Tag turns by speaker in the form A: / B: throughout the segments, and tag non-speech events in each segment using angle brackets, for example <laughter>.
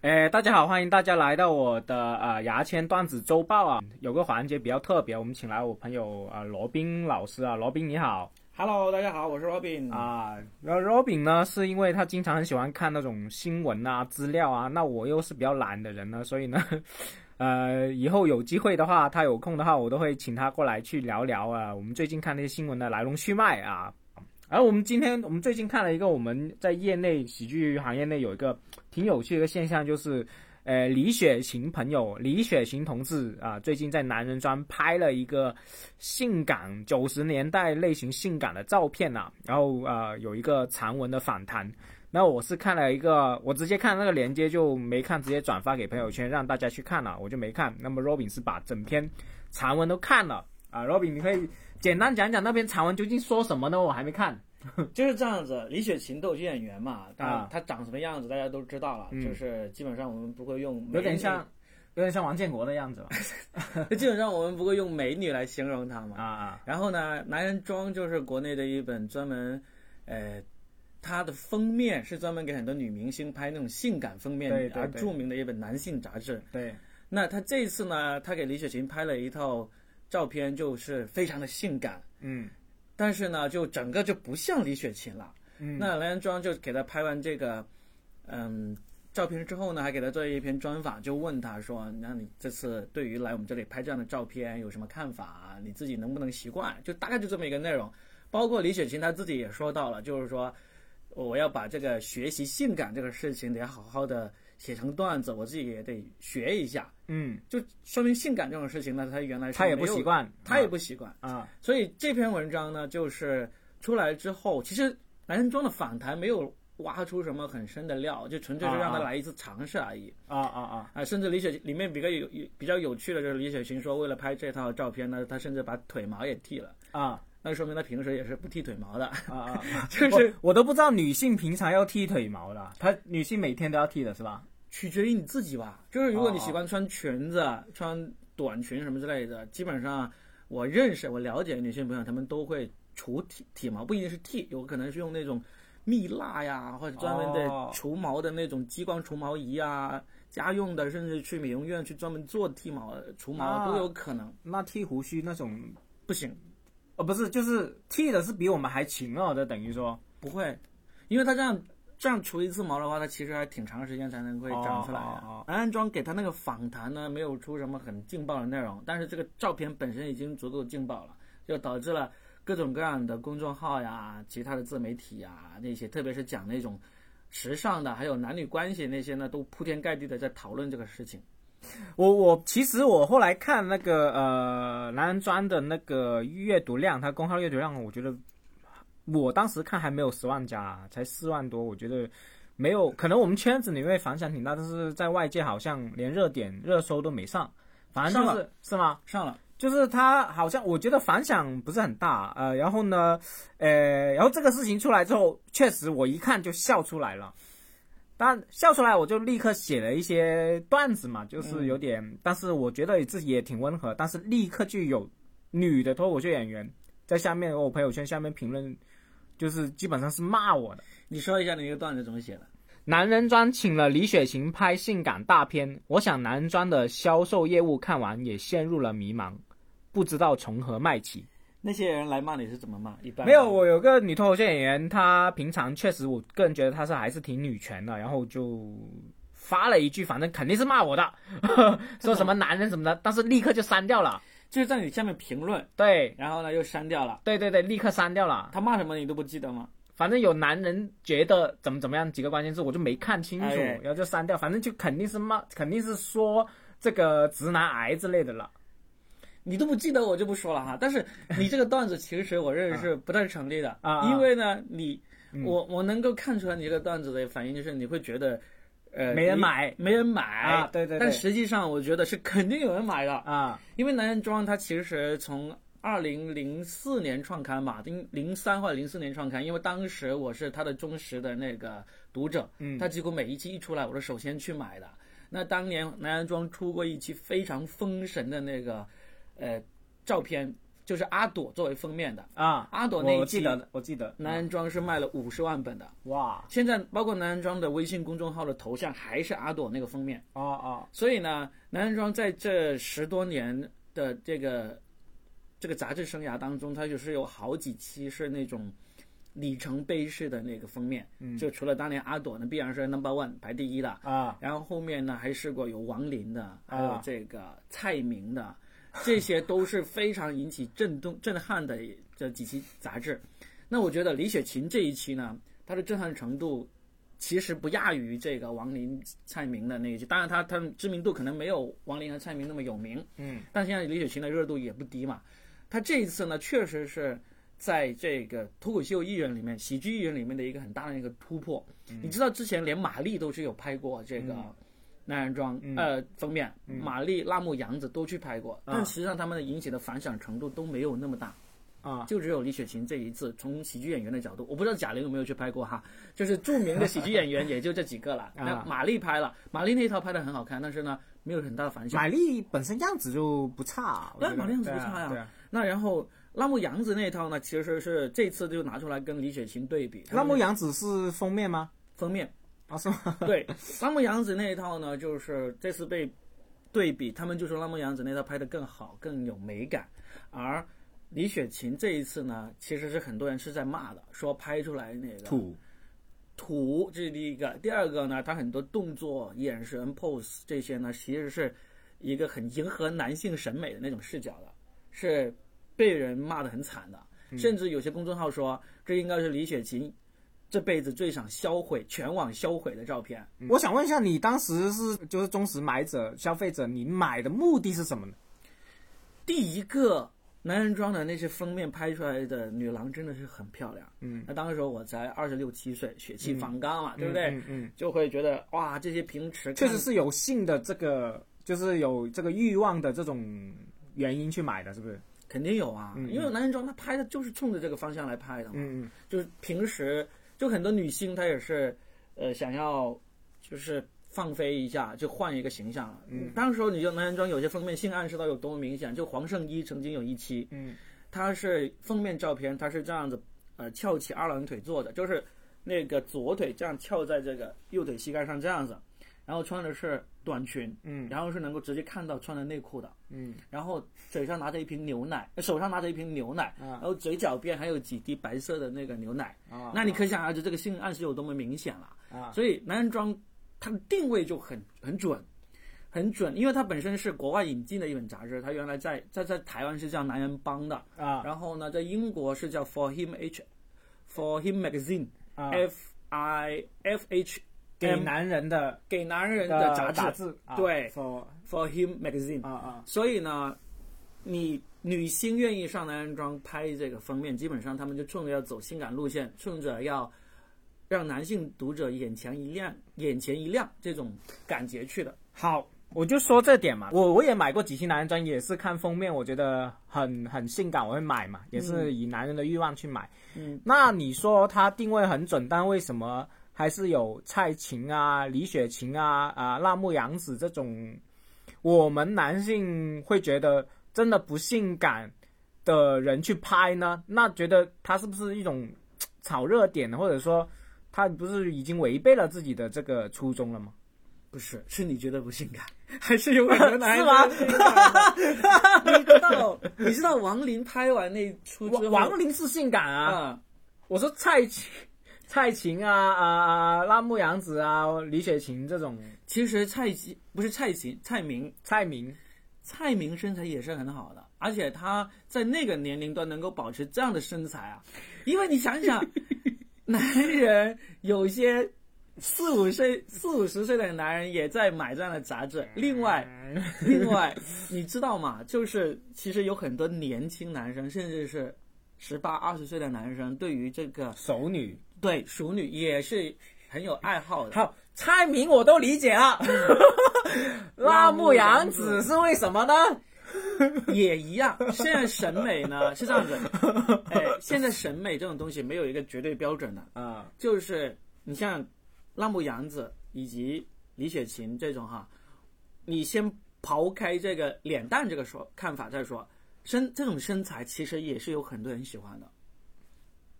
A: 哎，大家好，欢迎大家来到我的呃牙签段子周报啊，有个环节比较特别，我们请来我朋友啊、呃罗宾老师啊，罗宾你好
B: Hello，大家好，我是 Robin。
A: 啊，然后罗宾呢是因为他经常很喜欢看那种新闻啊、资料啊，那我又是比较懒的人呢，所以呢， <laughs> 呃，以后有机会的话，他有空的话，我都会请他过来去聊聊啊，我们最近看那些新闻的来龙去脉啊。而我们今天，我们最近看了一个我们在业内喜剧行业内有一个挺有趣的一个现象，就是，呃，李雪琴朋友李雪琴同志啊、最近在男人庄拍了一个性感九十年代类型性感的照片呐、然后呃有一个长文的反弹。那我是看了一个，我直接看那个链接就没看，直接转发给朋友圈让大家去看了，我就没看。那么 Robin 是把整篇长文都看了啊，Robin 你可以简单讲讲那篇长文究竟说什么呢？我还没看。
B: 就是这样子，李雪琴逗趣演员嘛，当
A: 啊
B: 然她长什么样子大家都知道了，
A: 嗯
B: 就是基本上我们不会用美女
A: 有点
B: <laughs>
A: 像，，有点像王建国的样子吧？
B: 基本上我们不会用美女来形容她嘛。
A: 啊啊，
B: 然后呢，《男人装》就是国内的一本专门，呃，它的封面是专门给很多女明星拍那种性感封面
A: 对对
B: 而
A: 对
B: 著名的一本男性杂志。
A: 对，
B: 那他这次呢，他给李雪琴拍了一套照片，就是非常的性感，
A: 嗯
B: 但是呢，就整个就不像李雪琴了。
A: 嗯，
B: 那蓝庄就给他拍完这个，嗯，照片之后呢，还给他做了一篇专访，就问他说：“那你这次对于来我们这里拍这样的照片有什么看法？你自己能不能习惯？”就大概就这么一个内容。包括李雪琴她自己也说到了，就是说我要把这个学习性感这个事情得好好的写成段子，我自己也得学一下。
A: 嗯，
B: 就说明性感这种事情呢，她原来是
A: 他也
B: 没
A: 不
B: 有
A: 习，惯，
B: 她也不习惯。
A: 啊，
B: 所以这篇文章呢，就是出来之后，其实男人装的反弹没有挖出什么很深的料，就纯粹是让他
A: 啊啊
B: 来一次尝试而已
A: 啊啊啊，
B: 啊。甚至李雪里面比较有有比较有趣的就是李雪琴说，为了拍这套照片呢，她甚至把腿毛也剃了，
A: 啊
B: 那说明她平时也是不剃腿毛的， <laughs>
A: 啊啊！
B: 就是
A: 我我都不知道女性平常要剃腿毛的，啊她女性每天都要剃的是吧？
B: 取决于你自己吧。就是如果你
A: 哦哦
B: 喜欢穿裙子、穿短裙什么之类的，基本上我认识、我了解的女性朋友，她们都会除体体毛，不一定是剃，有可能是用那种蜜蜡呀，或者专门
A: 哦
B: 的除毛的那种激光除毛仪啊，家用的，甚至去美容院去专门做剃毛、除
A: 啊
B: 毛都有可能。
A: 那剃胡须那种，
B: 不行，
A: 哦，不是，就是剃的是比我们还勤哦的，等于说
B: 不会，因为它这样。这样除一次毛的话，它其实还挺长时间才能会长出来的。
A: 哦哦哦
B: 男安装给他那个访谈呢，没有出什么很劲爆的内容，但是这个照片本身已经足够劲爆了，就导致了各种各样的公众号呀、其他的自媒体呀那些，特别是讲那种时尚的，还有男女关系那些呢，都铺天盖地的在讨论这个事情。
A: 我我其实我后来看那个呃男人装的那个阅读量，它公号阅读量，我觉得我当时看还没有十万加，啊才四万多，我觉得没有，可能我们圈子里面反响挺大，但是在外界好像连热点热搜都没上，反正就
B: 上
A: 是是吗？
B: 上了，
A: 就是他好像我觉得反响不是很大，呃，然后呢，呃，然后这个事情出来之后，确实我一看就笑出来了，但笑出来我就立刻写了一些段子嘛，就是有点，但是我觉得自己也挺温和，但是立刻就有女的脱口秀演员在下面我朋友圈下面评论，就是基本上是骂我的。
B: 你说一下你那个段子怎么写的？
A: 男人装请了李雪琴拍性感大片，我想男人装的销售业务看完也陷入了迷茫，不知道从何卖起。
B: 那些人来骂你是怎么骂？一般
A: 没有，我有个女脱口秀演员，她平常确实，我个人觉得她是还是挺女权的，然后就发了一句，反正肯定是骂我的， <laughs> 说什么男人什么的，但是立刻就删掉了。
B: 就是在你下面评论，
A: 对，
B: 然后呢又删掉了。
A: 对对对，立刻删掉了。
B: 他骂什么你都不记得吗？
A: 反正有男人觉得怎么怎么样几个关键字，我就没看清楚，
B: 哎
A: 然后就删掉。反正就肯定是骂，肯定是说这个直男癌之类的了。
B: 你都不记得，我就不说了哈。但是你这个段子其实我认为是不太成立的，
A: 啊啊
B: 因为呢，你、
A: 嗯
B: 我我能够看出来你这个段子的反应就是你会觉得，呃，
A: 没人
B: 你
A: 买，
B: 没人买
A: 啊对对对
B: 但实际上我觉得是肯定有人买的，
A: 啊
B: 因为男人装它其实从。二零零四年创刊嘛，零零三或者零四年创刊，因为当时我是他的忠实的那个读者，
A: 嗯
B: 他几乎每一期一出来，我是首先去买的。那当年南安庄出过一期非常封神的那个，呃，照片就是阿朵作为封面的。
A: 啊，
B: 阿朵那一
A: 我
B: 季
A: 记得，我记得，
B: 男人装是卖了五十万本的，
A: 哇，
B: 现在包括男人装的微信公众号的头像还是阿朵那个封面。
A: 哦哦，
B: 所以呢，男人装在这十多年的这个这个杂志生涯当中，它就是有好几期是那种里程碑式的那个封面。
A: 嗯
B: 就除了当年阿朵呢，必然是 number one 排第一的，
A: 啊，
B: 然后后面呢还试过有王林的，还有
A: 啊
B: 这个蔡明的，这些都是非常引起震动 <laughs> 震撼的这几期杂志。那我觉得李雪琴这一期呢，她的震撼程度其实不亚于这个王林、蔡明的那一期，当然她她们知名度可能没有王林和蔡明那么有名，
A: 嗯
B: 但现在李雪琴的热度也不低嘛。她这一次呢，确实是在这个脱口秀艺人里面、喜剧艺人里面的一个很大的一个突破。你知道之前连马丽都是有拍过这个
A: 嗯
B: 男人装、
A: 嗯
B: 呃封面，
A: 嗯
B: 马丽、辣目洋子都去拍过，
A: 啊
B: 但实际上他们的引起的反响程度都没有那么大，
A: 啊，
B: 就只有李雪琴这一次从喜剧演员的角度，我不知道贾玲有没有去拍过哈，就是著名的喜剧演员也就这几个了。那
A: <laughs> 啊
B: 马丽拍了，马丽那一套拍的很好看，但是呢没有很大的反响。
C: 玛丽本身样子就不差，我
B: 对
C: 觉
B: 玛
C: 得
B: 丽样子
A: 对
B: 不
A: 啊
B: 差呀、
A: 对啊
B: 那然后辣目洋子那一套呢，其实是这次就拿出来跟李雪琴对比。
C: 辣目
B: 洋
C: 洋子是封面吗？
B: 封面，
C: 啊，是吗？
B: 对辣目洋子那一套呢，就是这次被对比，他们就说辣目洋子那套拍的更好，更有美感，而。李雪琴这一次呢，其实是很多人是在骂的，说拍出来那个
C: 土
B: 土，这是第一个。第二个呢，他很多动作、眼神、pose 这些呢，其实是一个很迎合男性审美的那种视角的，是被人骂得很惨的。甚至有些公众号说，这应该是李雪琴这辈子最想销毁、全网销毁的照片。
C: 我想问一下，你当时是就是忠实买者、消费者，你买的目的是什么呢？
B: 第一个男人装的那些封面拍出来的女郎真的是很漂亮。
A: 嗯，
B: 那当时我才二十六七岁，血气方刚啊嘛，对不对？
A: 嗯嗯，
B: 就会觉得哇，这些平时
C: 确
B: 看
C: 实是有性的这个，就是有这个欲望的这种原因去买的，是不是？
B: 肯定有啊，
C: 嗯
B: 因为男人装他拍的就是冲着这个方向来拍的嘛，
C: 嗯嗯，
B: 就是平时就很多女星她也是，呃，想要就是放飞一下，就换一个形象。嗯，当时候你就男人装有些封面性暗示到有多么明显，就黄圣依曾经有一期，
A: 嗯，
B: 她是封面照片，她是这样子，呃，翘起二郎腿坐的，就是那个左腿这样翘在这个右腿膝盖上这样子，然后穿的是短裙，
A: 嗯
B: 然后是能够直接看到穿的内裤的。
A: 嗯
B: 然后嘴上拿着一瓶牛奶，呃手上拿着一瓶牛奶，然后嘴角边还有几滴白色的那个牛奶。
A: 啊，
B: 那你可想而知这个性暗示有多么明显了。
A: 啊
B: 所以男人装它的定位就很很准，很准，因为它本身是国外引进的一本杂志，它原来在在在台湾是叫《男人帮》的，
A: 啊
B: 然后呢，在英国是叫 For Him H For Him Magazine、
A: 啊，
B: F I F H
A: 给
B: M
A: 男人的
B: 给男人
A: 的
B: 的杂志
A: 杂志，啊
B: 对
A: ，for-
B: For Him Magazine。
A: 啊啊，
B: 所以呢，你女星愿意上男人装拍这个封面，基本上他们就冲着要走性感路线，冲着要让男性读者眼前一亮、眼前一亮这种感觉去的。
A: 好，我就说这点嘛，我我也买过几期男人专，也是看封面，我觉得很很性感，我会买嘛，也是以男人的欲望去买。
B: 嗯，
A: 那你说它定位很准，但为什么还是有蔡琴啊、李雪琴啊、啊辣目洋子这种，我们男性会觉得真的不性感的人去拍呢？那觉得它是不是一种嘖炒热点呢，或者说他不是已经违背了自己的这个初衷了吗？
B: 不是，是你觉得不性感，还是有很多男
A: <laughs> 是
B: 人
A: 吗
B: 觉得性感的？你知道，你知道王林拍完那出之
A: 王
B: 后，
A: 王林是性感啊，
B: 啊，
A: 我说蔡琴、 <laughs> 蔡琴啊啊啊，辣目洋子啊，李雪琴这种，
B: 其实蔡琴不是蔡琴，蔡明
A: 蔡明
B: 蔡明身材也是很好的，而且他在那个年龄段能够保持这样的身材啊，因为你想想，男人有些四五岁、四五十岁的男人也在买这样的杂志。另外，
A: 嗯
B: 另外，你知道吗？就是其实有很多年轻男生，甚至是十八、二十岁的男生，对于这个
A: 熟女，
B: 对熟女也是很有爱好的。
A: 好，蔡明我都理解
B: 啊
A: 了，
B: <laughs>
A: 辣目洋子是为什么呢？
B: 也一样。现在审美呢是这样子，哎，现在审美这种东西没有一个绝对标准的，
A: <laughs> 啊，
B: 就是你像辣目洋子以及李雪琴这种哈，你先刨开这个脸蛋这个说看法再说，身这种身材其实也是有很多人喜欢的。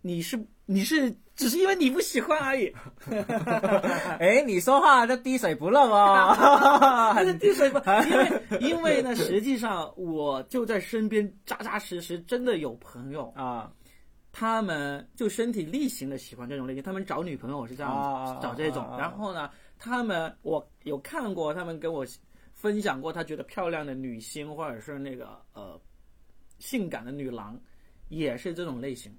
B: 你是你是只是因为你不喜欢而已，
A: 哎，你说话这滴水不漏哦。
B: <laughs> 但是滴水不，因为因为呢，实际上我就在身边扎扎实实真的有朋友，
A: 啊
B: 他们就身体力行的喜欢这种类型，他们找女朋友是这样子、
A: 啊
B: 找这种
A: 啊啊，啊
B: 然后呢，他们我有看过，他们跟我分享过，他觉得漂亮的女星或者是那个呃性感的女郎，也是这种类型，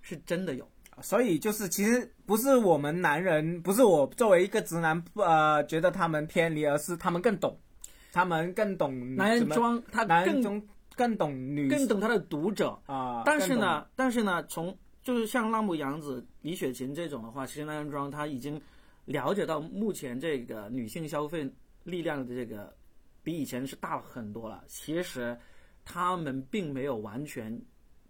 B: 是真的有。
A: 所以就是，其实不是我们男人，不是我作为一个直男，呃，觉得他们偏离，而是他们更懂，他们更懂
B: 男
A: 嗯怎
B: 人
A: 么
B: 装他
A: 男人
B: 更
A: 中更懂女
B: 更懂他的读者，
A: 啊，
B: 但是
A: 更懂
B: 呢，但是呢，从就是像浪木洋子、李雪琴这种的话，其实男人装他已经了解到目前这个女性消费力量的这个比以前是大了很多了。其实他们并没有完全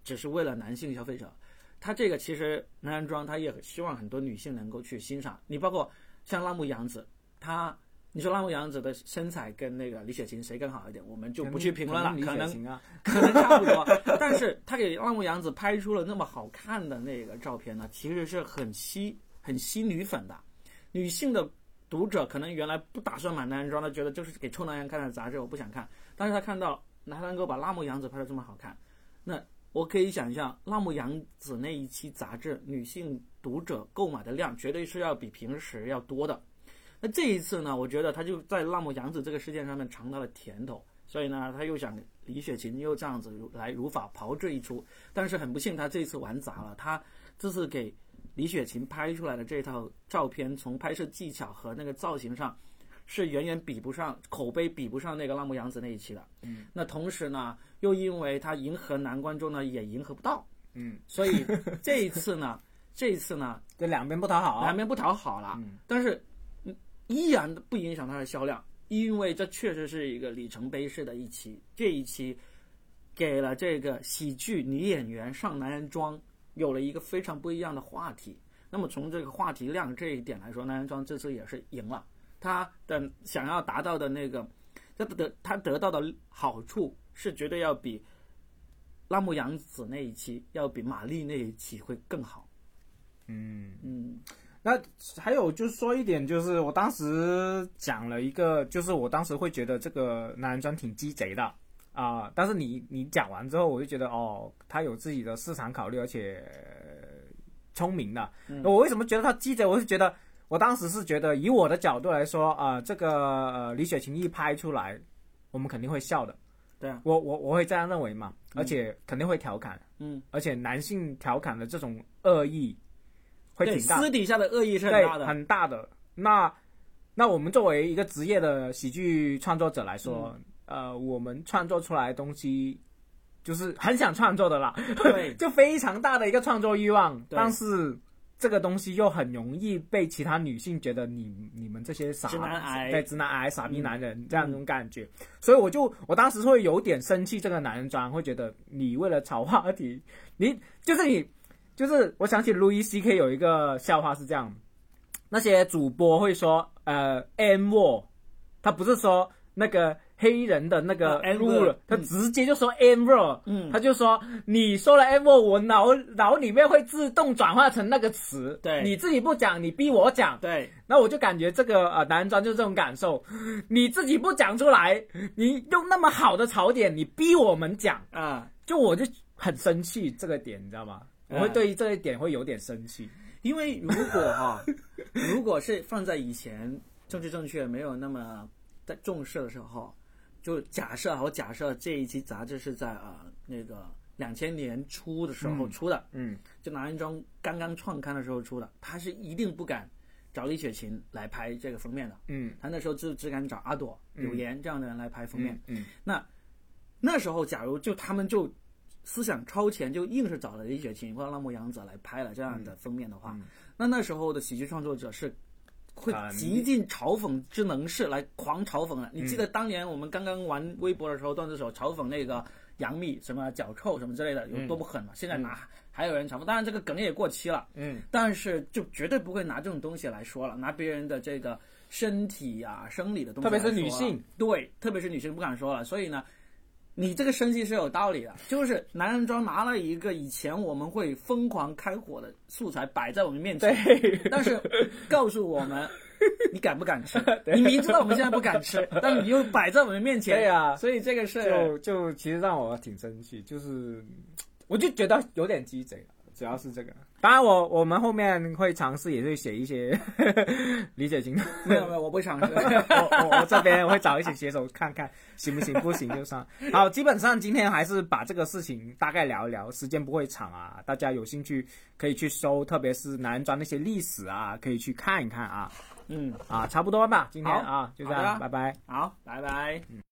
B: 只是为了男性消费者，他这个其实男人装他也希望很多女性能够去欣赏。你包括像浪木洋子，她。你说浪木洋子的身材跟那个李雪琴谁更好一点，我们就不去评论了，
A: 可
B: 可能
A: 能啊，
B: 可能差不多。但是他给浪木洋子拍出了那么好看的那个照片呢，其实是很吸很吸女粉的。女性的读者可能原来不打算买男人装的，觉得就是给臭男人看的杂志，我不想看。但是他看到他能够把辣木洋子拍的这么好看，那我可以想象辣木洋子那一期杂志女性读者购买的量绝对是要比平时要多的。那这一次呢，我觉得他就在辣木洋子这个事件上面尝到了甜头，所以呢，他又想李雪琴又这样子如来如法炮制一出，但是很不幸，他这次玩砸了。他这次给李雪琴拍出来的这套照片，从拍摄技巧和那个造型上，是远远比不上口碑，比不上那个浪木洋子那一期的。嗯，那同时呢，又因为他迎合男观众呢，也迎合不到。
A: 嗯，
B: 所以这一次呢，这一次呢，
A: 这两边不讨好
B: 南
A: 啊，
B: 边不讨好了，
A: 嗯
B: 但是嗯依然不影响它的销量，因为这确实是一个里程碑式的一期。这一期给了这个喜剧女演员上男人装有了一个非常不一样的话题。那么从这个话题量这一点来说，男人装这次也是赢了。他的想要达到的那个，他得他得到的好处是绝对要比拉姆杨子那一期，要比玛丽那一期会更好。
A: 嗯。
B: 嗯，
A: 还有就是说一点，就是我当时讲了一个，就是我当时会觉得这个男人装挺鸡贼的啊、但是你你讲完之后，我就觉得哦，他有自己的市场考虑，而且呃聪明的。
B: 嗯
A: 我为什么觉得他鸡贼？我是觉得我当时是觉得，以我的角度来说啊、这个呃李雪琴一拍出来，我们肯定会笑的。
B: 对啊，
A: 我我我会这样认为嘛，而且肯定会调侃，
B: 嗯，
A: 而且男性调侃的这种恶意会
B: 对，
A: 挺大的。
B: 私底下的恶意是很
A: 对，
B: 大的，
A: 很大的。那那我们作为一个职业的喜剧创作者来说，
B: 嗯
A: 呃，我们创作出来的东西就是很想创作的啦，
B: <laughs> 对，
A: 就非常大的一个创作欲望，
B: 对
A: 但是。这个东西又很容易被其他女性觉得你你们这些傻
B: 直男癌嗯
A: 对直男癌傻逼男人这样一种感觉，所以我就我当时会有点生气这个男人装，会觉得你为了炒话题，你就是你就是我想起 Louis C K 有一个笑话是这样，那些主播会说呃 N word，他不是说那个黑人的那个
B: 啊，N
A: rule，、
B: word，
A: 他
B: 嗯
A: 直接就说 N word，、
B: 嗯，
A: 他就说你说了 M，我脑脑里面会自动转化成那个词，
B: 对
A: 你自己不讲，你逼我讲，
B: 对，
A: 那我就感觉这个呃男人装就是这种感受，你自己不讲出来，你用那么好的槽点，你逼我们讲，
B: 啊，
A: 就我就很生气这个点，你知道吗？我会
B: 嗯
A: 对于这一点会有点生气，
B: 因为如果哈，如果是放在以前政治正确没有那么在重视的时候，就假设啊我假设这一期杂志是在啊、呃那个两千年初的时候
A: 嗯
B: 出的，
A: 嗯，
B: 就男人装刚刚创刊的时候出的，他是一定不敢找李雪琴来拍这个封面的，
A: 嗯
B: 他那时候只只敢找阿朵、柳岩这样的人来拍封面。
A: 嗯嗯
B: 那时候，假如就他们就思想超前，就硬是找了李雪琴或者浪木洋子来拍了这样的封面的话，
A: 嗯
B: 那那时候的喜剧创作者是会
A: 啊你
B: 极尽嘲讽之能事来狂嘲讽的。你记
A: 嗯
B: 得当年我们刚刚玩微博的时候，段子手嘲讽那个杨幂什么脚臭什么之类的
A: 嗯
B: 有多么狠嘛？现在拿还有人嘲讽，当然这个梗也过期了。
A: 嗯
B: 但是就绝对不会拿这种东西来说了，拿别人的这个啊身体呀、生理的东西来说了，
A: 特别是女性，
B: 对，特别是女性不敢说了。所以呢，你这个生气是有道理的，就是男人装拿了一个以前我们会疯狂开火的素材摆在我们面前，
A: <laughs>
B: 但是告诉我
C: <laughs>
B: 们你敢不敢吃？你明知道我们现在不敢吃，但是你又摆在我们面前，
C: 对
A: 啊
C: 呀
B: 所以这个是
C: 就就其实让我挺生气，就是我就觉得有点鸡贼了，主要是这个。
A: 当然我，我们后面会尝试，也会写一些 <laughs> 理解型的。
B: 没有没有，我不尝
C: <laughs>
B: 试。
C: 哦
A: 我我我这边会找一些写手看看行不行，不行就算。好，基本上今天还是把这个事情大概聊一聊，时间不会长啊，大家有兴趣可以去搜，特别是男装那些历史啊，可以去看一看啊
B: 嗯，
A: 啊，差不多吧，今天
B: 好
A: 啊就这
B: 好的
A: 样，拜拜。
B: 好，拜拜。